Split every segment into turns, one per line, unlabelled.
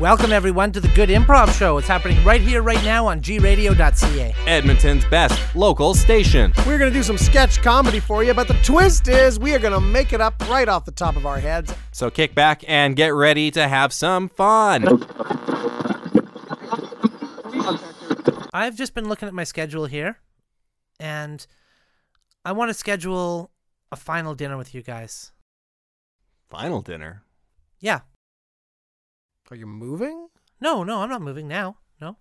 Welcome, everyone, to the Good Improv Show. It's happening right here, right now on gradio.ca.
Edmonton's best local station.
We're going to do some sketch comedy for you, but the twist is we are going to make it up right off the top of our heads.
So kick back and get ready to have some fun.
I've just been looking at my schedule here, and I want to schedule a final dinner with you guys.
Final dinner.
Yeah.
Are you moving?
No, no, I'm not moving now. No.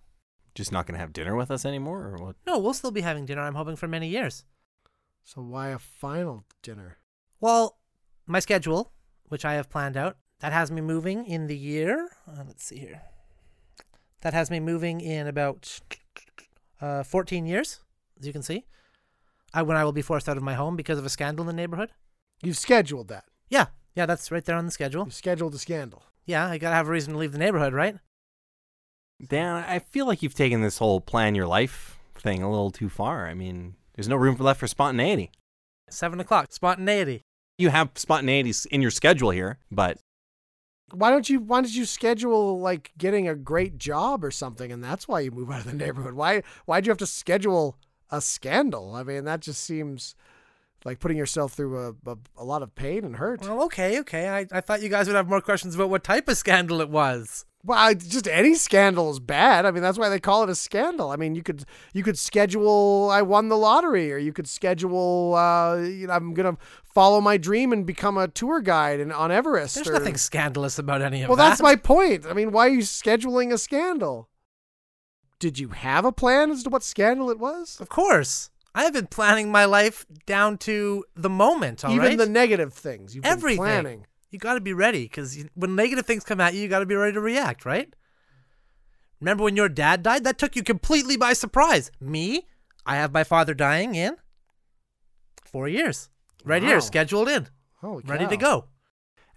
Just not going to have dinner with us anymore or what?
No, we'll still be having dinner, I'm hoping, for many years.
So why a final dinner?
Well, my schedule, which I have planned out, that has me moving in the year. Uh, let's see here. That has me moving in about uh, 14 years, as you can see, I, when I will be forced out of my home because of a scandal in the neighborhood.
You've scheduled that.
Yeah, yeah, that's right there on the schedule.
You've scheduled a scandal.
Yeah, I gotta have a reason to leave the neighborhood, right?
Dan, I feel like you've taken this whole plan your life thing a little too far. I mean, there's no room for left for spontaneity.
Seven o'clock, spontaneity.
You have spontaneity s- in your schedule here, but
Why don't you why don't you schedule like getting a great job or something and that's why you move out of the neighborhood? Why why'd you have to schedule a scandal? I mean, that just seems like putting yourself through a, a, a lot of pain and hurt.
Well, okay, okay. I, I thought you guys would have more questions about what type of scandal it was.
Well, I- just any scandal is bad. I mean, that's why they call it a scandal. I mean, you could you could schedule I won the lottery, or you could schedule uh, you know I'm gonna follow my dream and become a tour guide and on Everest.
There's
or-
nothing scandalous about any of
Well,
that.
that's my point. I mean, why are you scheduling a scandal? Did you have a plan as to what scandal it was?
Of course. I have been planning my life down to the moment, all
Even
right?
the negative things you've
Everything.
been planning.
You got to be ready because when negative things come at you, you got to be ready to react, right? Remember when your dad died? That took you completely by surprise. Me, I have my father dying in four years. Right
Wow.
here, scheduled in,
Holy
ready to
cow.
go.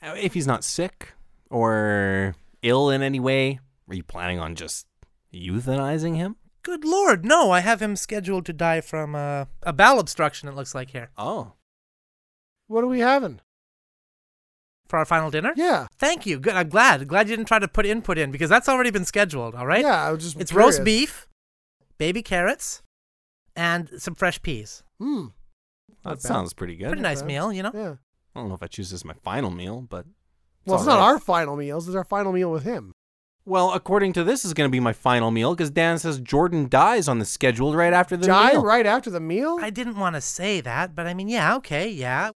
uh, if he's not sick or ill in any way, are you planning on just euthanizing him?
Good lord, no, I have him scheduled to die from uh, a bowel obstruction, it looks like here.
Oh.
What are we having?
For our final dinner?
Yeah.
Thank you. Good. I'm glad. Glad you didn't try to put input in because that's already been scheduled, all right?
Yeah, I was just
It's
curious.
roast beef, baby carrots, and some fresh peas.
Hmm.
That
Not bad.
sounds pretty good.
Pretty nice meal, you know?
Yeah.
I don't know if I choose this as my final meal, but
Well, it's
all
not
right.
our final meals. It's our final meal with him.
Well, according to this, is going to be my final meal because Dan says Jordan dies on the schedule right after the
Die
meal.
right after the meal?
I didn't want to say that, but I mean, yeah, okay, yeah.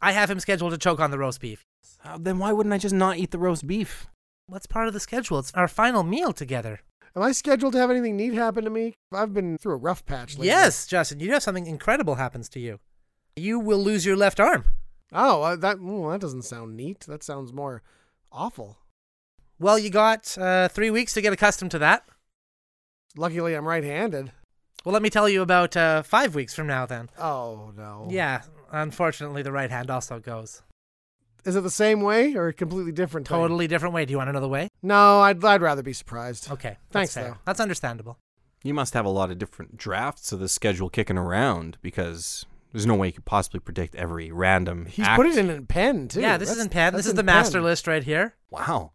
I have him scheduled to choke on the roast beef.
Uh, then why wouldn't I just not eat the roast beef?
What's part of the schedule? It's our final meal together.
Am I scheduled to have anything neat happen to me? I've been through a rough patch lately.
Yes, Justin, you have something incredible happens to you. You will lose your left arm.
Oh, uh, that mm, that doesn't sound neat. That sounds more awful.
Well, you got uh, three weeks to get accustomed to that.
Luckily, I'm right-handed.
Well, let me tell you about uh, five weeks from now then.
Oh no.
Yeah, unfortunately, the right hand also goes.
Is it the same way or a completely different? thing?
Totally different way. Do you want another way?
No, I'd I'd rather be surprised.
Okay. That's
Thanks,
fair.
though.
That's understandable.
You must have a lot of different drafts of the schedule kicking around because there's no way you could possibly predict every random.
He's
act.
put it in a pen too.
yeah, this
That's-
is in pen.
that's
This is
in
the master
pen.
list right here.
Wow.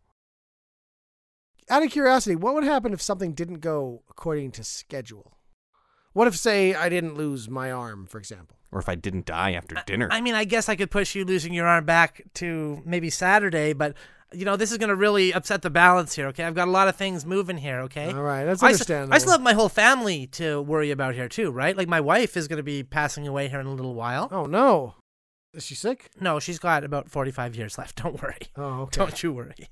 Out of curiosity, what would happen if something didn't go according to schedule? What if, say, I didn't lose my arm, for example?
Or if I didn't die after
I-
dinner.
I mean, I guess I could push you losing your arm back to maybe Saturday, but you know this is going to really upset the balance here. Okay, I've got a lot of things moving here. Okay,
All right, that's
I s-
understandable.
I still have my whole family to worry about here too, right? Like my wife is going to be passing away here in a little while.
Oh no, is she sick?
No, she's got about forty-five years left. Don't worry.
Oh, okay.
Don't you worry.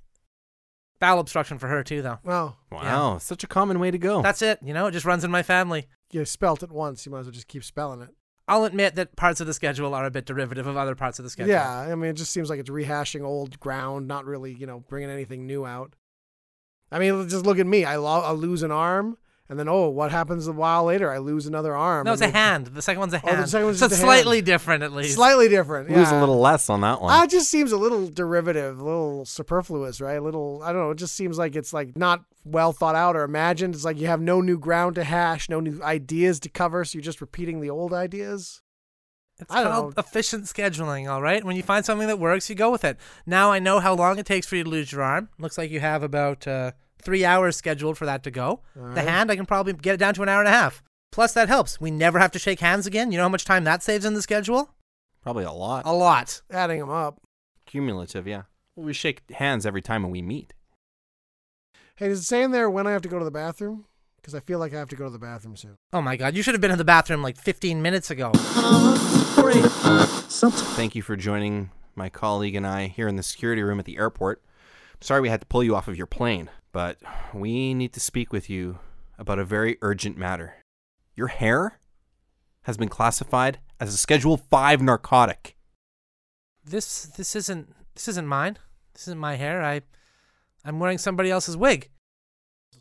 Bowel obstruction for her too, though.
Well,
wow. Such a common way to go.
That's it. You know, it just runs in my family.
you spelt it once. You might as well just keep spelling it.
I'll admit that parts of the schedule are a bit derivative of other parts of the schedule.
Yeah, I mean, it just seems like it's rehashing old ground, not really, you know, bringing anything new out. I mean, just look at me. I, lo- I lose an arm, and then oh, what happens a while later? I lose another arm.
No, it's
I
a
mean,
hand. The second one's a
Oh, the
hand.
second one's
so
just
it's
a hand.
slightly different, at least.
Slightly different.
Lose a
yeah.
little less on that one.
Ah, It just seems a little derivative, a little superfluous, right? A little, I don't know. It just seems like it's like not well thought out or imagined. It's like you have no new ground to hash, no new ideas to cover, so you're just repeating the old ideas.
It's
I don't
called
know.
efficient scheduling, all right? When you find something that works, you go with it. Now I know how long it takes for you to lose your arm. Looks like you have about uh, three hours scheduled for that to go. the
right.
hand, I can probably get it down to an hour and a half. Plus, that helps. We never have to shake hands again. You know how much time that saves in the schedule?
Probably a lot.
A lot.
Adding them up.
Cumulative, yeah. Well, we shake hands every time we meet.
Hey, does it say in there when I have to go to the bathroom? Because I feel like I have to go to the bathroom soon.
Oh my God, you should have been in the bathroom like 15 minutes ago.
Thank you for joining my colleague and I here in the security room at the airport. Sorry we had to pull you off of your plane, but we need to speak with you about a very urgent matter. Your hair has been classified as a Schedule 5 narcotic.
This this isn't this isn't mine. This isn't my hair. I I'm wearing somebody else's wig.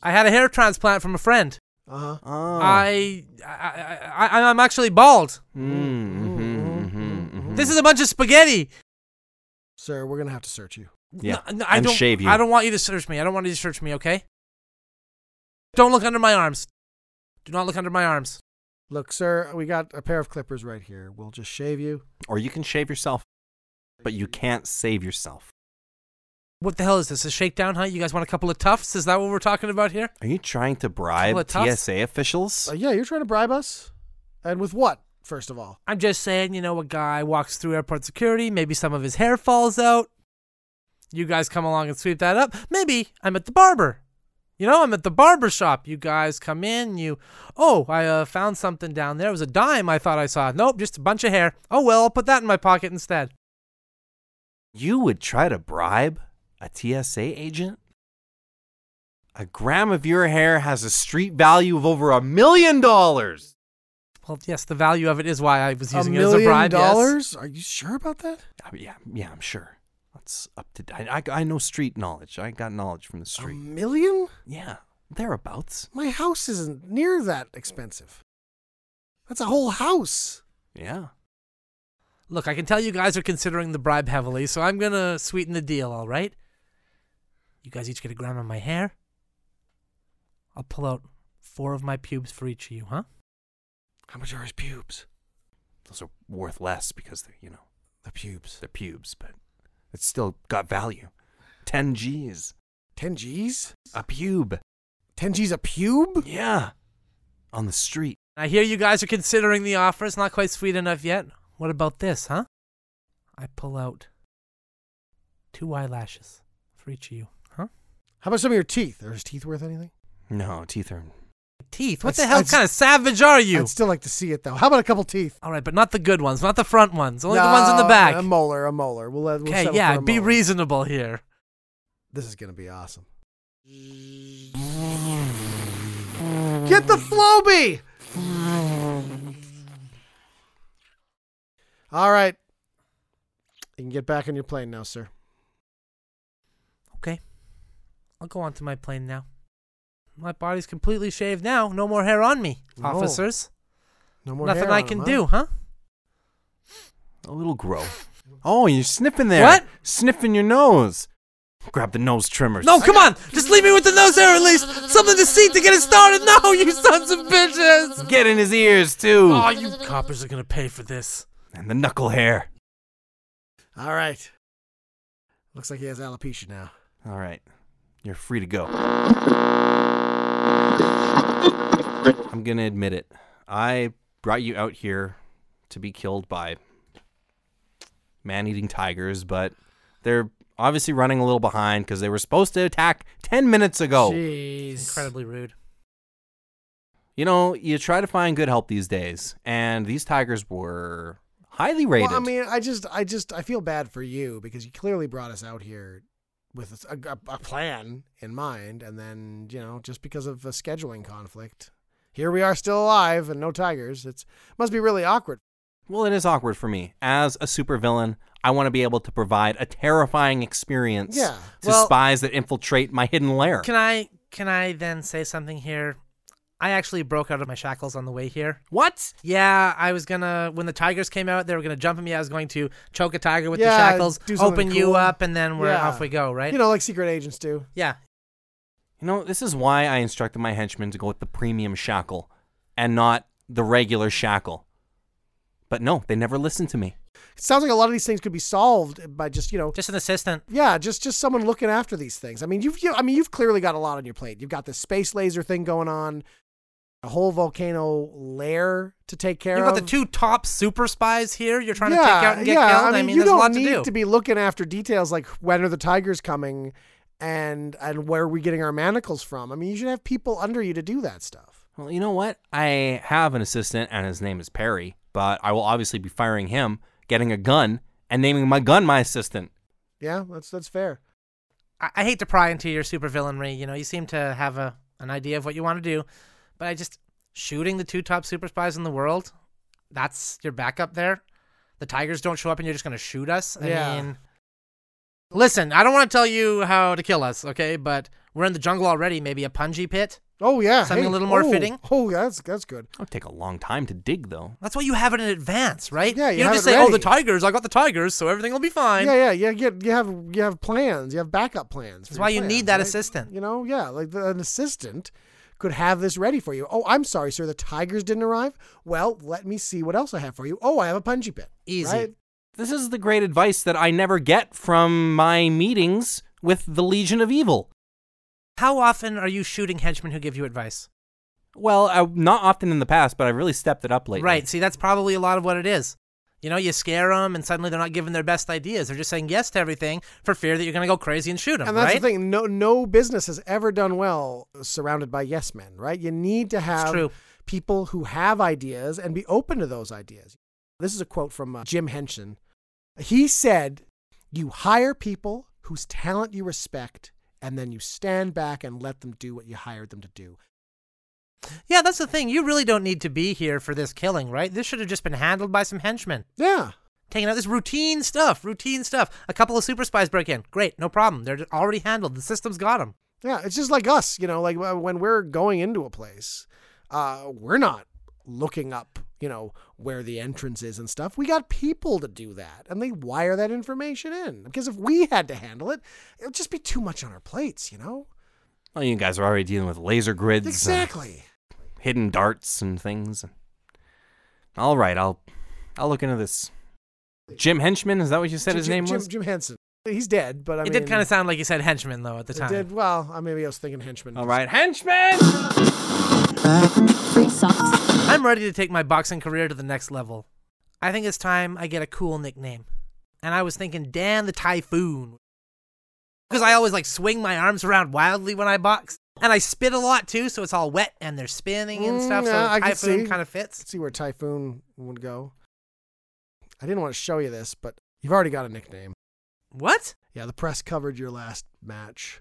I had a hair transplant from a friend.
Uh huh.
Oh.
I, I, I, I I'm actually bald.
Mm, mhm, mhm, mhm.
This is a bunch of spaghetti.
Sir, we're going to have to search you.
Yeah,
No, no, I
and
don't,
shave you.
I don't want you to search me. I don't want you to search me. Okay. Don't look under my arms. Do not look under my arms.
Look, sir, we got a pair of clippers right here. We'll just shave you.
Or you can shave yourself, but you can't save yourself.
What the hell is this? A shakedown, huh? You guys want a couple of tufts? Is that what we're talking about here?
Are you trying to
Couple
bribe
of toughs.
TSA officials?
Uh, yeah, you're trying to bribe us? And with what, first of all?
I'm just saying, you know, a guy walks through airport security, maybe some of his hair falls out. You guys come along and sweep that up. Maybe I'm at the barber. You know, I'm at the barber shop. You guys come in, you, oh, I uh, found something down there. It was a dime I thought I saw. Nope, just a bunch of hair. Oh, well, I'll put that in my pocket instead.
You would try to bribe a TSA agent? A gram of your hair has a street value of over a million dollars.
Well, yes, the value of it is why I was using
a
it as
million
a bribe. yes.
dollars? Are you sure about that?
I mean, Yeah, yeah, I'm sure. That's up to. I, I, I know street knowledge. I got knowledge from the
A
street.
million?
Yeah, thereabouts.
My house isn't near that expensive. That's a whole house.
Yeah.
Look, I can tell you guys are considering the bribe heavily, so I'm going to sweeten the deal, all right? You guys each get a gram of my hair. I'll pull out four of my pubes for each of you, huh?
How much are his pubes?
Those are worth less because they're, you know,
The pubes.
they're pubes, but it's still got value. 10 G's.
10 G's?
A pube.
10 G's a pube?
Yeah. On the street.
I hear you guys are considering the offer. It's not quite sweet enough yet. What about this, huh? I pull out two eyelashes for each of you, huh?
How about some of your teeth? Are his teeth worth anything?
No, teeth are.
Teeth. What
I'd-
the hell
I'd-
kind of savage are you?
I'd still like to see it though. How about a couple teeth?
All right, but not the good ones, not the front ones, only the ones in the
No,
back.
A molar, a molar. We'll, let- we'll
okay,
settle
yeah,
for a
be
molar.
reasonable here.
This is gonna be awesome. Get the Floby! All right. You can get back on your plane now, sir.
Okay. I'll go onto my plane now. My body's completely shaved now. No more hair on me,
No.
officers.
No more
Nothing
hair
I
on him,
can
huh?
do, huh?
A little grow. Oh, you're sniffing there.
What?
Sniffing your nose. Grab the nose trimmers.
No, come on! Just leave me with the nose hair at least! Something to see to get it started! No, you sons of bitches!
Get in his ears, too.
Oh, you coppers are gonna pay for this.
And the knuckle hair.
All right. Looks like he has alopecia now.
All right. You're free to go. I'm going to admit it. I brought you out here to be killed by man eating tigers, but they're obviously running a little behind because they were supposed to attack 10 minutes ago.
Jeez.
Incredibly rude.
You know, you try to find good help these days, and these tigers were highly rated.
Well, I mean, I just, I just, I feel bad for you because you clearly brought us out here with a, a- a plan in mind, and then you know, just because of a scheduling conflict, here we are still alive and no tigers. It's must be really awkward.
Well, it is awkward for me. As a supervillain, I want to be able to provide a terrifying experience
Yeah,
to
well-
spies that infiltrate my hidden lair.
Can I can I then say something here? I actually broke out of my shackles on the way here.
what?
Yeah, I was gonna when the tigers came out, they were gonna jump at me. I was going to choke a tiger with
Yeah,
the shackles,
do something
open you
cool.
up, and then we're
Yeah.
off we go, right?
You know, like secret agents do.
yeah.
You know, this is why I instructed my henchmen to go with the premium shackle and not the regular shackle. But no, they never listened to me.
It sounds like a lot of these things could be solved by just you know
Just an assistant.
Yeah, just just someone looking after these things. I mean, you've you, I mean, you've clearly got a lot on your plate. You've got this space laser thing going on, a whole volcano lair to take care
You've
of.
got the two top super spies here. You're trying
yeah,
to take out and get
yeah.
killed.
I mean, you
there's
don't
a lot
need
to do.
be looking after details like when are the tigers coming, and and where are we getting our manacles from. I mean, you should have people under you to do that stuff.
Well, you know what? I have an assistant, and his name is Perry, but I will obviously be firing him, getting a gun, and naming my gun my assistant.
Yeah, that's that's fair.
I, I hate to pry into your supervillainry. You know, you seem to have a an idea of what you want to do, but I just shooting the two top super spies in the world. That's your backup there. The tigers don't show up, and you're just gonna shoot us. I
Yeah.
mean, listen, I don't want to tell you how to kill us, okay? But we're in the jungle already. Maybe a punji pit.
Oh yeah,
Something a
hey,
little more
oh,
fitting?
Oh, that's that's good.
That would take a long time to dig, though.
That's why you have it in advance, right?
Yeah, you
you don't
have
just
it
say, "Oh, the
ready.
tigers! I got the tigers, so everything will be fine."
Yeah, yeah, yeah. You, get- you have you have plans. You have backup plans. for
That's
your
why you
plans,
need that
right?
assistant.
You know, yeah, like the, an assistant could have this ready for you. Oh, I'm sorry, sir. The tigers didn't arrive. Well, let me see what else I have for you. Oh, I have a punji pit.
Easy.
Right?
This is the great advice that I never get from my meetings with the Legion of Evil.
How often are you shooting henchmen who give you advice?
Well, I, not often in the past, but I've really stepped it up lately.
Right. See, that's probably a lot of what it is. You know, you scare them, and suddenly they're not giving their best ideas. They're just saying yes to everything for fear that you're going to go crazy and shoot them.
And that's
right?
the thing. No, no business has ever done well surrounded by yes men. Right? You need to have
true.
people who have ideas and be open to those ideas. This is a quote from uh, Jim Henson. He said, "You hire people whose talent you respect." And then you stand back and let them do what you hired them to do.
Yeah, that's the thing. You really don't need to be here for this killing, right? This should have just been handled by some henchmen.
Yeah.
Taking out this routine stuff, routine stuff. A couple of super spies break in. Great, no problem. They're already handled. The system's got them.
Yeah, it's just like us, you know, like uh, when we're going into a place, uh, we're not looking up, you know, where the entrance is and stuff. We got people to do that, and they wire that information in. Because if we had to handle it, it would just be too much on our plates, you know?
Well, you guys are already dealing with laser grids, and
Exactly.
hidden darts, and things. All right, I'll, I'll look into this. Jim Henchman, is that what you said
Jim-
his name
Jim,
was?
Jim Henson. He's dead, but I
it
mean,
did kind of sound like you said henchmen, though, at the
it
time.
did- well, I maybe I was thinking henchman.
All right, Henchman.
Free socks.
I'm ready to take my boxing career to the next level. I think it's time I get a cool nickname. And I was thinking Dan the Typhoon. Because I always like swing my arms around wildly when I box. And I spit a lot too, so it's all wet and they're spinning and
Mm,
stuff. So
yeah, I can
Typhoon
see.
kind of fits.
Let's see where Typhoon would go. I didn't want to show you this, but you've already got a nickname.
What?
Yeah, the press covered your last match.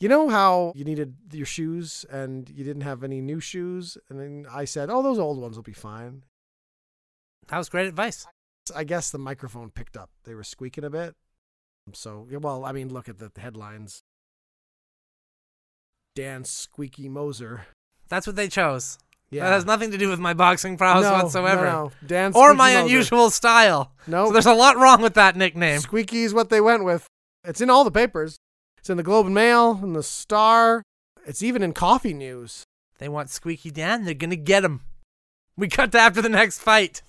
You know how you needed your shoes and you didn't have any new shoes? And then I said, oh, those old ones will be fine.
That was great advice.
I guess the microphone picked up. They were squeaking a bit. So, yeah, well, I mean, look at the headlines Dan Squeaky Moser.
That's what they chose.
Yeah.
That has nothing to do with my boxing prowess
No, no,
whatsoever.
no. Dan
Or
Squeaky
my
Moser.
unusual style.
Nope.
So there's a lot wrong with that nickname.
Squeaky is what they went with. It's in all the papers. It's in the Globe and Mail, in the Star. It's even in coffee news.
They want Squeaky Dan. They're gonna get him. We cut to after the next fight.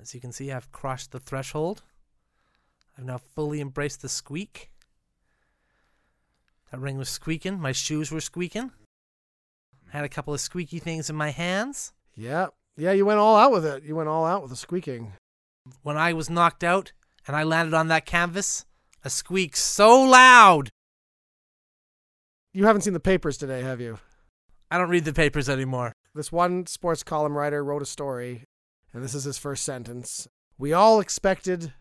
As you can see, I've crossed the threshold. I've now fully embraced the squeak. That ring was squeaking. My shoes were squeaking. I had a couple of squeaky things in my hands.
Yeah. Yeah, you went all out with it. You went all out with the squeaking.
When I was knocked out and I landed on that canvas, a squeak so loud.
You haven't seen the papers today, have you?
I don't read the papers anymore.
This one sports column writer wrote a story, and this is his first sentence. We all expected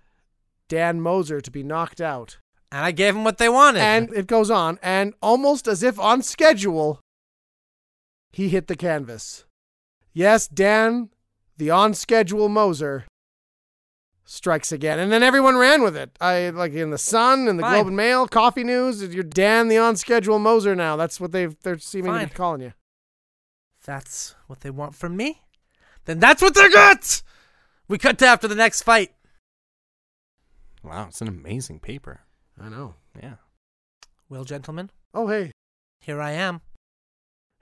Dan Moser to be knocked out.
And I gave them what they wanted.
And it goes on, and almost as if on schedule, he hit the canvas. Yes, Dan, the on schedule Moser, strikes again. And then everyone ran with it. I like in the Sun, in the
Fine.
Globe and Mail, Coffee News. You're Dan, the on schedule Moser now. That's what they've, they're seeming to
Fine.
be calling you.
If that's what they want from me, then that's what they got! We cut to after the next fight.
Wow, it's an amazing paper.
I know.
Yeah.
Well, gentlemen,
Oh, hey.
here I am.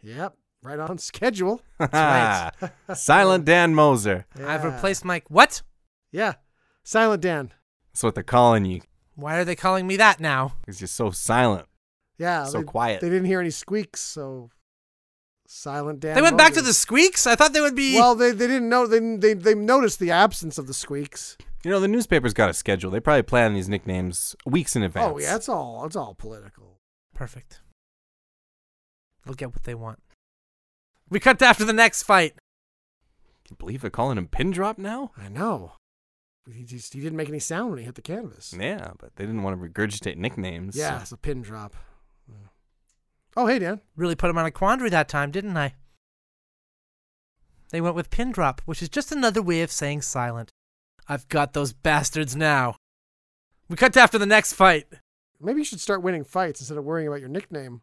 Yep. Right on schedule.
right.
Silent Dan Moser.
I've
Yeah.
replaced my what?
Yeah. Silent Dan.
That's what they're calling you.
Why are they calling me that now?
It's just so silent.
Yeah.
So
they-
quiet.
They didn't hear any squeaks, so Silent Dan.
they went back to
voted.
the squeaks. I thought they would be.
Well, they, they didn't know. They, they, they noticed the absence of the squeaks.
You know, the newspaper's got a schedule. They probably plan these nicknames weeks in advance.
Oh, yeah. It's all, it's all political.
perfect. They'll get what they want. We cut to after the next fight.
Can you believe they're calling him pin drop now?
I know. He, just, he didn't make any sound when he hit the canvas.
Yeah, but they didn't want to regurgitate nicknames. so-
Yeah, it's a pin drop. Yeah. Oh, hey, Dan.
Really put him on a quandary that time, didn't I? They went with pin drop, which is just another way of saying silent. I've got those bastards now. We cut to after the next fight.
Maybe you should start winning fights instead of worrying about your nickname.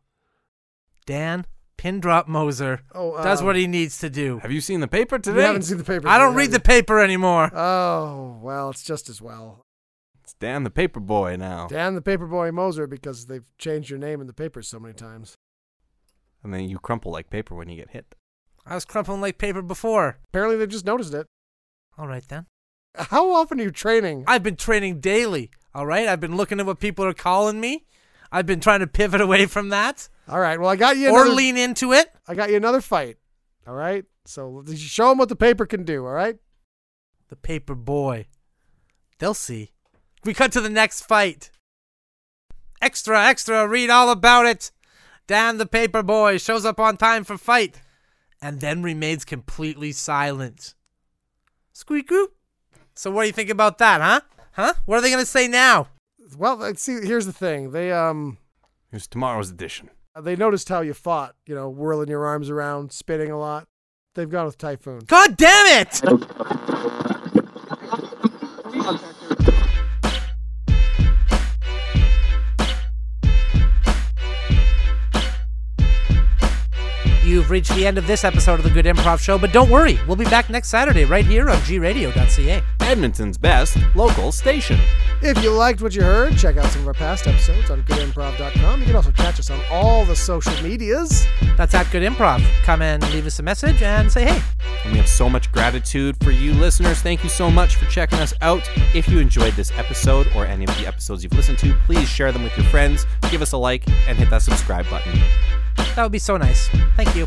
Dan pin drop Moser
Oh, uh,
does what he needs to do.
Have you seen the paper
You
today?
haven't seen the paper.
I don't
today,
read the
have
paper anymore.
you? Oh, well, it's just as well.
It's Dan the paper boy now.
Dan the Paperboy Moser because they've changed your name in the papers so many times.
And then you crumple like paper when you get hit.
I was crumpling like paper before.
Apparently, they've just noticed it.
All right then.
How often are you training?
I've been training daily. All right. I've been looking at what people are calling me. I've been trying to pivot away from that
All right. Well, I got you.
or
Another,
lean into it.
I got you another fight. All right. So you show them what the paper can do. All right.
The paper boy. They'll see. We cut to the next fight. Extra, extra, read all about it. Dan the paper boy shows up on time for fight and then remains completely silent. Squeak oop. So what do you think about that, huh? Huh? What are they going to say now?
Well, let's see, here's the thing. They um
Here's tomorrow's edition.
they noticed how you fought. You know, whirling your arms around, spinning a lot. They've gone with Typhoon.
God damn it! You've reached the end of this episode of the Good Improv Show, but don't worry, we'll be back next Saturday right here on gradio.ca.
Edmonton's best local station.
If you liked what you heard, check out some of our past episodes on goodimprov.com. You can also catch us on all the social medias.
That's at Good Improv. Come and leave us a message and say hey.
And we have so much gratitude for you listeners. Thank you so much for checking us out. If you enjoyed this episode or any of the episodes you've listened to, please share them with your friends, give us a like, and hit that subscribe button.
That would be so nice. Thank you.